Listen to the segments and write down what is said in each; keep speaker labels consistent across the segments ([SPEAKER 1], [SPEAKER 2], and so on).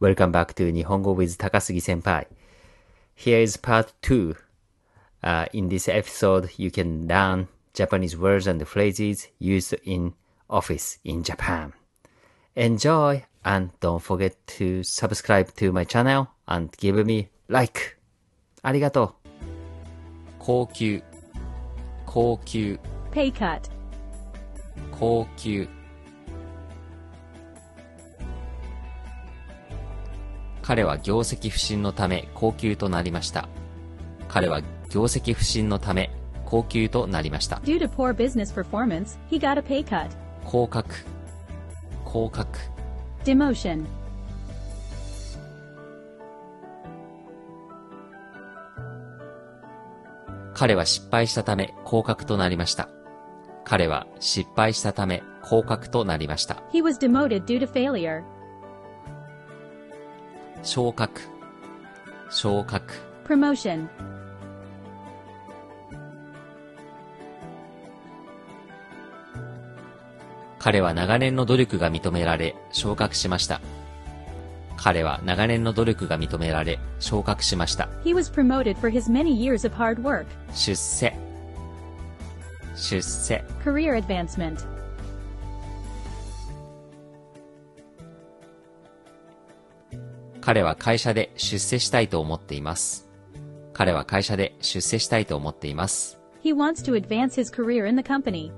[SPEAKER 1] Welcome back to 日本語 with 高杉先輩 Here is part 2、Uh, in this episode, you can learn Japanese words and phrases used in office in Japan. Enjoy and don't forget to subscribe to my channel and give me like. ありがとう。
[SPEAKER 2] 高級高級
[SPEAKER 3] pay cut,
[SPEAKER 2] 高級彼は業績不振のため高級となりました彼は業績不振のため高級となりました
[SPEAKER 3] due to poor business performance, he got a pay cut,
[SPEAKER 2] 降格降格
[SPEAKER 3] demotion,
[SPEAKER 2] 彼は失敗したため降格となりました彼は失敗したため降格となりました
[SPEAKER 3] he was demoted due to failure,
[SPEAKER 2] 昇格昇格
[SPEAKER 3] promotion,
[SPEAKER 2] 彼は長年の努力が認められ、昇格しました。彼は長年の努力が認められ、昇格しました。
[SPEAKER 3] he was promoted for his many years of hard work,
[SPEAKER 2] 出世。出世。
[SPEAKER 3] career advancement,
[SPEAKER 2] 彼は会社で出世したいと思っています。彼は会社で出世したいと思っています。
[SPEAKER 3] he wants to advance his career in the company,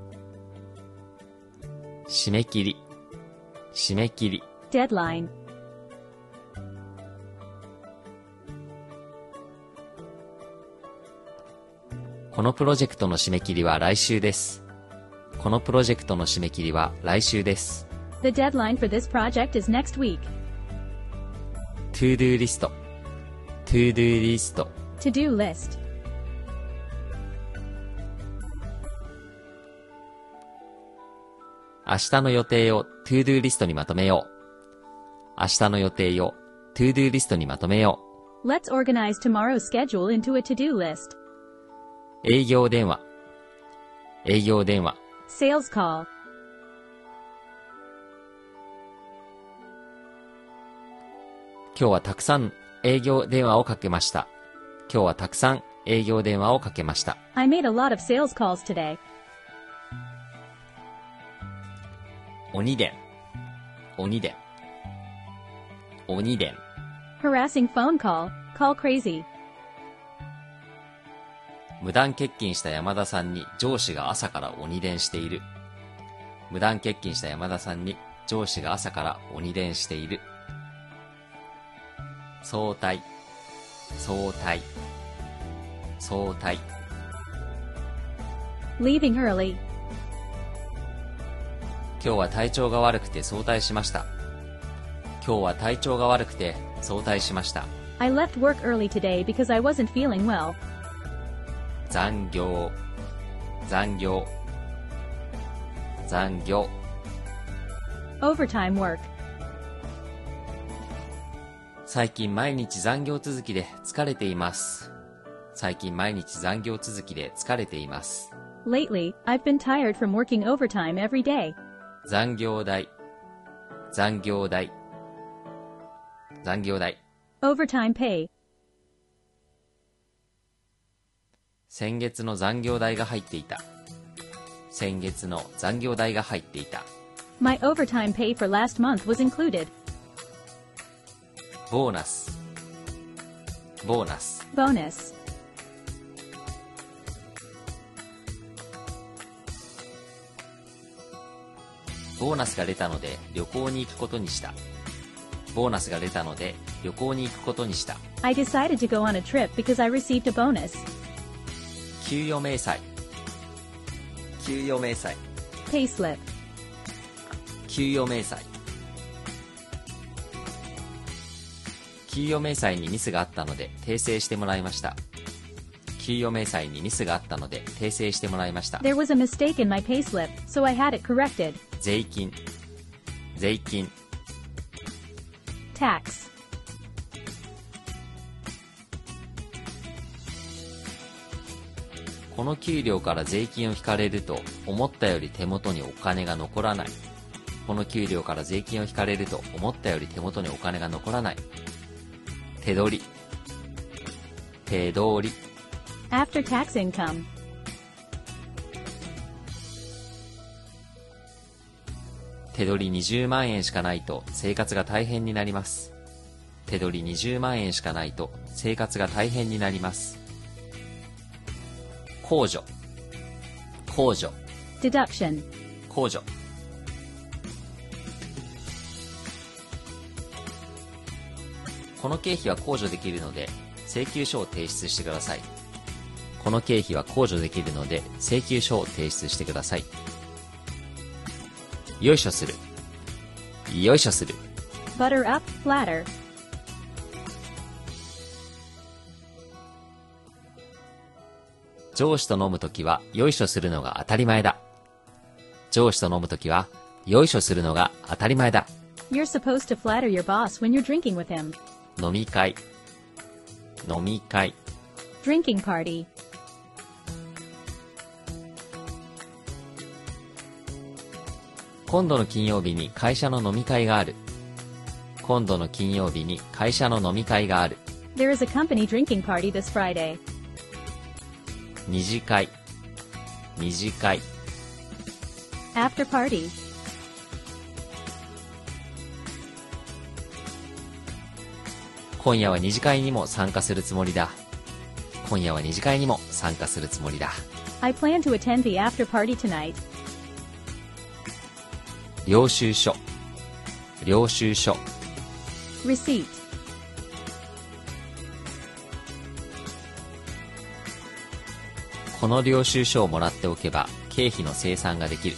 [SPEAKER 2] 締め切り。締め切り。
[SPEAKER 3] deadline,
[SPEAKER 2] このプロジェクトの締め切りは来週です。このプロジェクトの締め切りは来週です。
[SPEAKER 3] the deadline for this project is next week,
[SPEAKER 2] to do リスト。to do リスト。
[SPEAKER 3] to do list,
[SPEAKER 2] 明日の予定を to do リストにまとめよう。明日の予定を to do リストにまとめよ
[SPEAKER 3] let's organize tomorrow's schedule into a to do list,
[SPEAKER 2] う。営業電話。営業電話。
[SPEAKER 3] sales call,
[SPEAKER 2] 今日はたくさん営業電話をかけました。今日はたくさん営業電話をかけました。
[SPEAKER 3] I made a lot of sales calls today,
[SPEAKER 2] 鬼伝。鬼伝。鬼伝。
[SPEAKER 3] harassing phone call, call crazy,
[SPEAKER 2] 無断欠勤した山田さんに上司が朝から鬼伝している。無断欠勤した山田さんに上司が朝から鬼伝している。相対、相対、相対。
[SPEAKER 3] leaving early,
[SPEAKER 2] 今日は体調が悪くて早退しました。今日は体調が悪くて早退しました。
[SPEAKER 3] I left work early today because I wasn't feeling well,
[SPEAKER 2] 残業、残業、残業。
[SPEAKER 3] overtime work,
[SPEAKER 2] 最近毎日残業続きで疲れています。最近毎日残業続きで疲れています。
[SPEAKER 3] Lately, I've been tired from working overtime every day.
[SPEAKER 2] 残業代、残業代、残業代。
[SPEAKER 3] Overtime pay.
[SPEAKER 2] 先月の残業代が入っていた。先月の残業代が入っていた。
[SPEAKER 3] My overtime pay for last month was included.
[SPEAKER 2] ボーナス、ボーナス。
[SPEAKER 3] Bonus.
[SPEAKER 2] ボーナスが出たので旅行に行くことにした。ボーナスが出たので旅行に行くことにした。
[SPEAKER 3] I decided to go on a trip because I received a bonus.
[SPEAKER 2] 給与明細。給与明細。
[SPEAKER 3] Payslip.
[SPEAKER 2] 給与明細。給与明細にミスがあったので訂正してもらいました。給与明細にミスがあったので訂正してもらいました。
[SPEAKER 3] There was a mistake in my payslip, so I had it corrected.
[SPEAKER 2] 税金。税金。
[SPEAKER 3] Tax.
[SPEAKER 2] この給料から税金を引かれると思ったより手元にお金が残らないこの給料から税金を引かれると思ったより手元にお金が残らない。手取り。手取り。
[SPEAKER 3] After tax income.
[SPEAKER 2] 手取り20万円しかないと生活が大変になります。手取り20万円しかないと生活が大変になります。控除。控除。
[SPEAKER 3] Deduction.
[SPEAKER 2] 控除。この経費は控除できるので、請求書を提出してください。この経費は控除できるので、請求書を提出してください。よいしょする。よいしょする。
[SPEAKER 3] Butter up, flatter.
[SPEAKER 2] 上司と飲むときは、よいしょするのが当たり前だ。上司と飲むときは、よいしょするのが当たり前だ。
[SPEAKER 3] You're supposed to flatter your boss when you're drinking with him.
[SPEAKER 2] 飲み会。飲み会。
[SPEAKER 3] Drinking party.
[SPEAKER 2] 今度の金曜日に会社の飲み会がある。今度の金曜日に会社の飲み会がある。
[SPEAKER 3] There is a company drinking party this Friday.
[SPEAKER 2] 二次会。二次会。
[SPEAKER 3] After party.
[SPEAKER 2] 今夜は二次会にも参加するつもりだ。今夜は二次会にも参加するつもりだ。
[SPEAKER 3] I plan to attend the after party tonight.
[SPEAKER 2] 領収書。領収書。
[SPEAKER 3] Receipt.
[SPEAKER 2] この領収書をもらっておけば経費の生産ができる。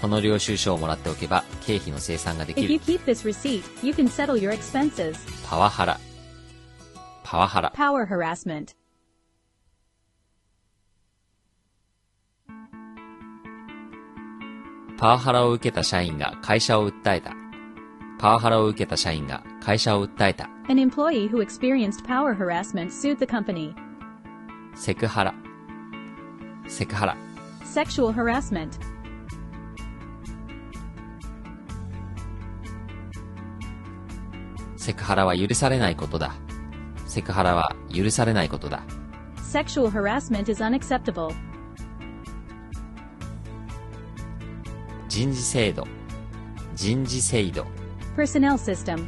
[SPEAKER 2] この領収書をもらっておけば経費の生産ができ
[SPEAKER 3] If you
[SPEAKER 2] る。
[SPEAKER 3] keep this receipt, you can settle your expenses.
[SPEAKER 2] パワハラ。パワハラ。
[SPEAKER 3] Power harassment.
[SPEAKER 2] パワハラを受けた社員が会社を訴えた。パワハラを受けた社員が会社を訴えた。
[SPEAKER 3] An employee who experienced power harassment sued the company.
[SPEAKER 2] セクハラ。セクハラ。
[SPEAKER 3] Sexual harassment.
[SPEAKER 2] セクハラは許されないことだ。セクハラは許されないことだ。
[SPEAKER 3] Sexual harassment is unacceptable.
[SPEAKER 2] 人事制度。人事制度。
[SPEAKER 3] Personnel system.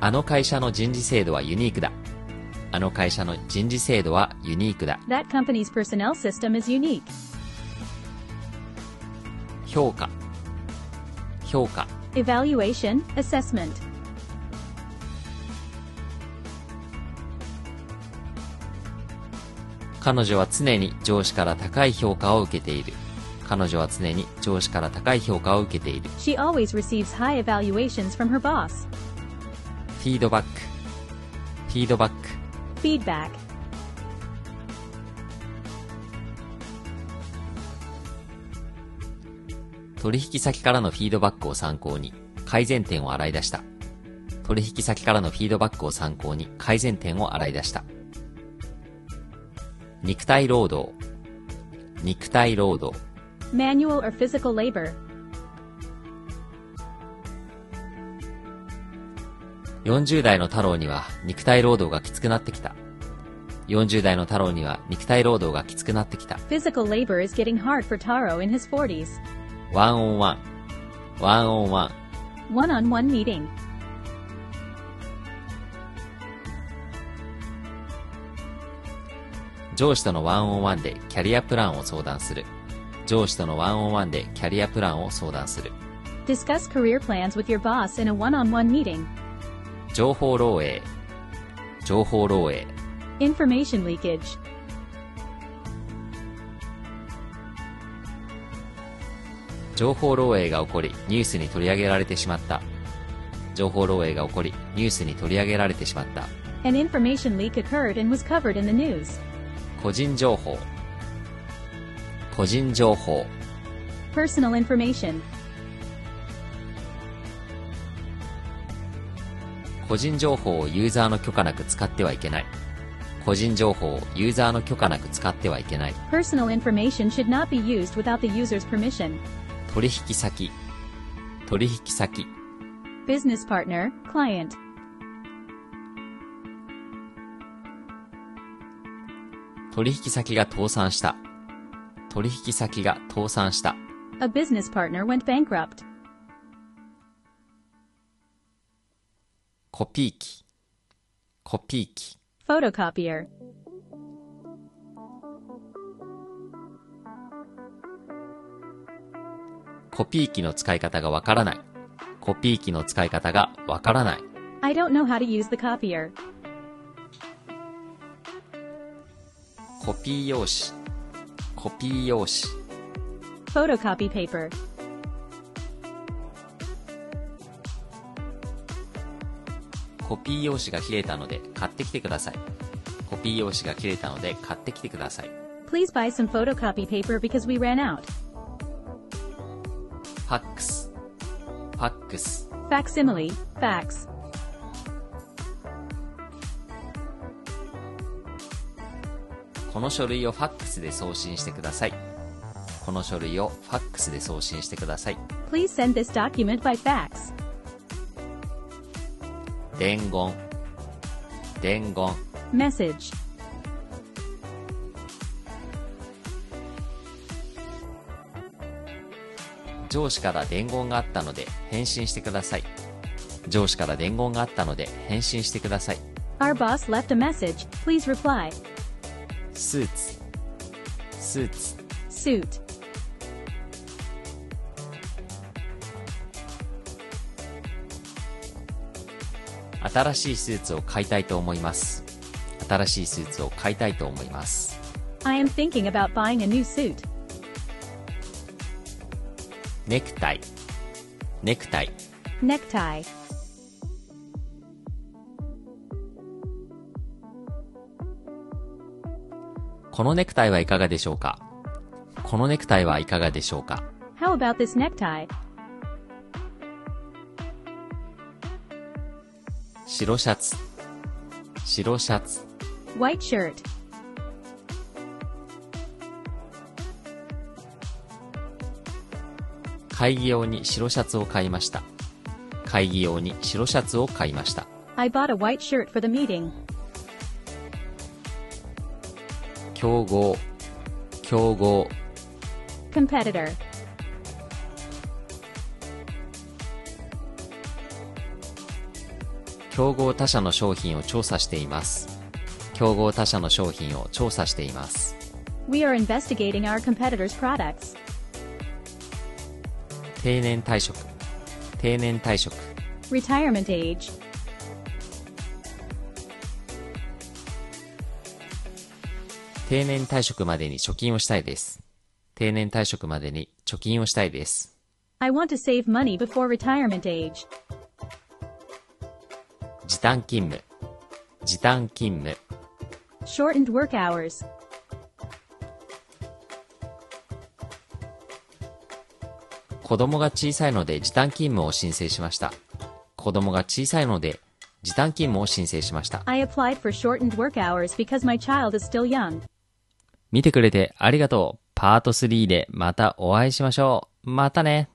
[SPEAKER 2] あの会社の人事制度はユニークだ。あの会社の人事制度はユニークだ。
[SPEAKER 3] That company's personnel system is unique.
[SPEAKER 2] 評価。評価。
[SPEAKER 3] Evaluation, assessment.
[SPEAKER 2] 彼女は常に上司から高い評価を受けている。彼女は常に上司から高い評価を受けている。
[SPEAKER 3] She always receives high evaluations from her boss.
[SPEAKER 2] フィードバック。フィードバック。
[SPEAKER 3] Feedback.
[SPEAKER 2] 取引先からのフィードバックを参考に改善点を洗い出した。取引先からのフィードバックを参考に改善点を洗い出した。肉体労働。肉体労働。
[SPEAKER 3] Manual or physical labor.
[SPEAKER 2] 40代の太郎には肉体労働がきつくなってきた。40代の太郎には肉体労働がきつくなってきた。
[SPEAKER 3] Physical labor is getting hard for Taro in his 40s.
[SPEAKER 2] ワンオンワン。ワンオンワン。
[SPEAKER 3] One on one meeting.
[SPEAKER 2] 上司とのワンオンワンでキャリアプランを相談する。上司とのワンオンワンでキャリアプランを相談する。
[SPEAKER 3] Discuss career plans with your boss in a one on one meeting.
[SPEAKER 2] 情報漏洩。情報漏洩。
[SPEAKER 3] Information leakage.
[SPEAKER 2] 情報漏洩が起こり、ニュースに取り上げられてしまった。情報漏洩が起こり、ニュースに取り上げられてしまった。
[SPEAKER 3] An information leak occurred and was covered in the news.
[SPEAKER 2] 個人情報。個人情報。
[SPEAKER 3] Personal information.
[SPEAKER 2] 個人情報をユーザーの許可なく使ってはいけない。個人情報をユーザーの許可なく使ってはいけない。
[SPEAKER 3] Personal information should not be used without the user's permission.
[SPEAKER 2] 取引先、取引先、
[SPEAKER 3] Business partner, client,
[SPEAKER 2] 取引先が倒産した。取引先が倒産した。
[SPEAKER 3] a business partner went bankrupt.
[SPEAKER 2] コピー機、コピー機、
[SPEAKER 3] Photocopier,
[SPEAKER 2] コピー機の使い方がわからない。コピー機の使い方がわからない。
[SPEAKER 3] I don't know how to use the copier.
[SPEAKER 2] コピー用紙、コピー用紙、
[SPEAKER 3] Photocopy paper,
[SPEAKER 2] コピー用紙が切れたので買ってきてください。コピー用紙が切れたので買ってきてください。
[SPEAKER 3] Please buy some photocopy paper because we ran out.
[SPEAKER 2] ファックス、ファックス、
[SPEAKER 3] Facsimile, fax,
[SPEAKER 2] この書類をファックスで送信してください。この書類をファックスで送信してください。
[SPEAKER 3] please send this document by fax.
[SPEAKER 2] 伝言、伝言、
[SPEAKER 3] Message,
[SPEAKER 2] 上司から伝言があったので返信してください。上司から伝言があったので返信してください。
[SPEAKER 3] our boss left a message, please reply.
[SPEAKER 2] スーツ、スーツ、
[SPEAKER 3] Suit,
[SPEAKER 2] 新しいスーツを買いたいと思います。新しいスーツを買いたいと思います。
[SPEAKER 3] I am thinking about buying a new suit.
[SPEAKER 2] ネクタイ、ネクタイ、
[SPEAKER 3] Necktie,
[SPEAKER 2] このネクタイはいかがでしょうかこのネクタイはいかがでしょうか
[SPEAKER 3] how about this necktie?
[SPEAKER 2] 白シャツ、白シャツ、
[SPEAKER 3] White shirt,
[SPEAKER 2] 会議用に白シャツを買いました。会議用に白シャツを買いました。
[SPEAKER 3] I bought a white shirt for the meeting.
[SPEAKER 2] 競合、競合、
[SPEAKER 3] Competitor,
[SPEAKER 2] 競合他社の商品を調査しています。競合他社の商品を調査しています。
[SPEAKER 3] we are investigating our competitors' products.
[SPEAKER 2] 定年退職、定年退職、
[SPEAKER 3] Retirement age,
[SPEAKER 2] 定年退職までに貯金をしたいです。定年退職までに貯金をしたいです。
[SPEAKER 3] I want to save money before retirement age.
[SPEAKER 2] 時短勤務、時短勤務、
[SPEAKER 3] Shortened work hours,
[SPEAKER 2] 子供が小さいので時短勤務を申請しました。子供が小さいので時短勤務を申請しました。
[SPEAKER 3] I applied for shortened work hours because my child is still young.
[SPEAKER 2] 見てくれてありがとう。パート3でまたお会いしましょう。またね。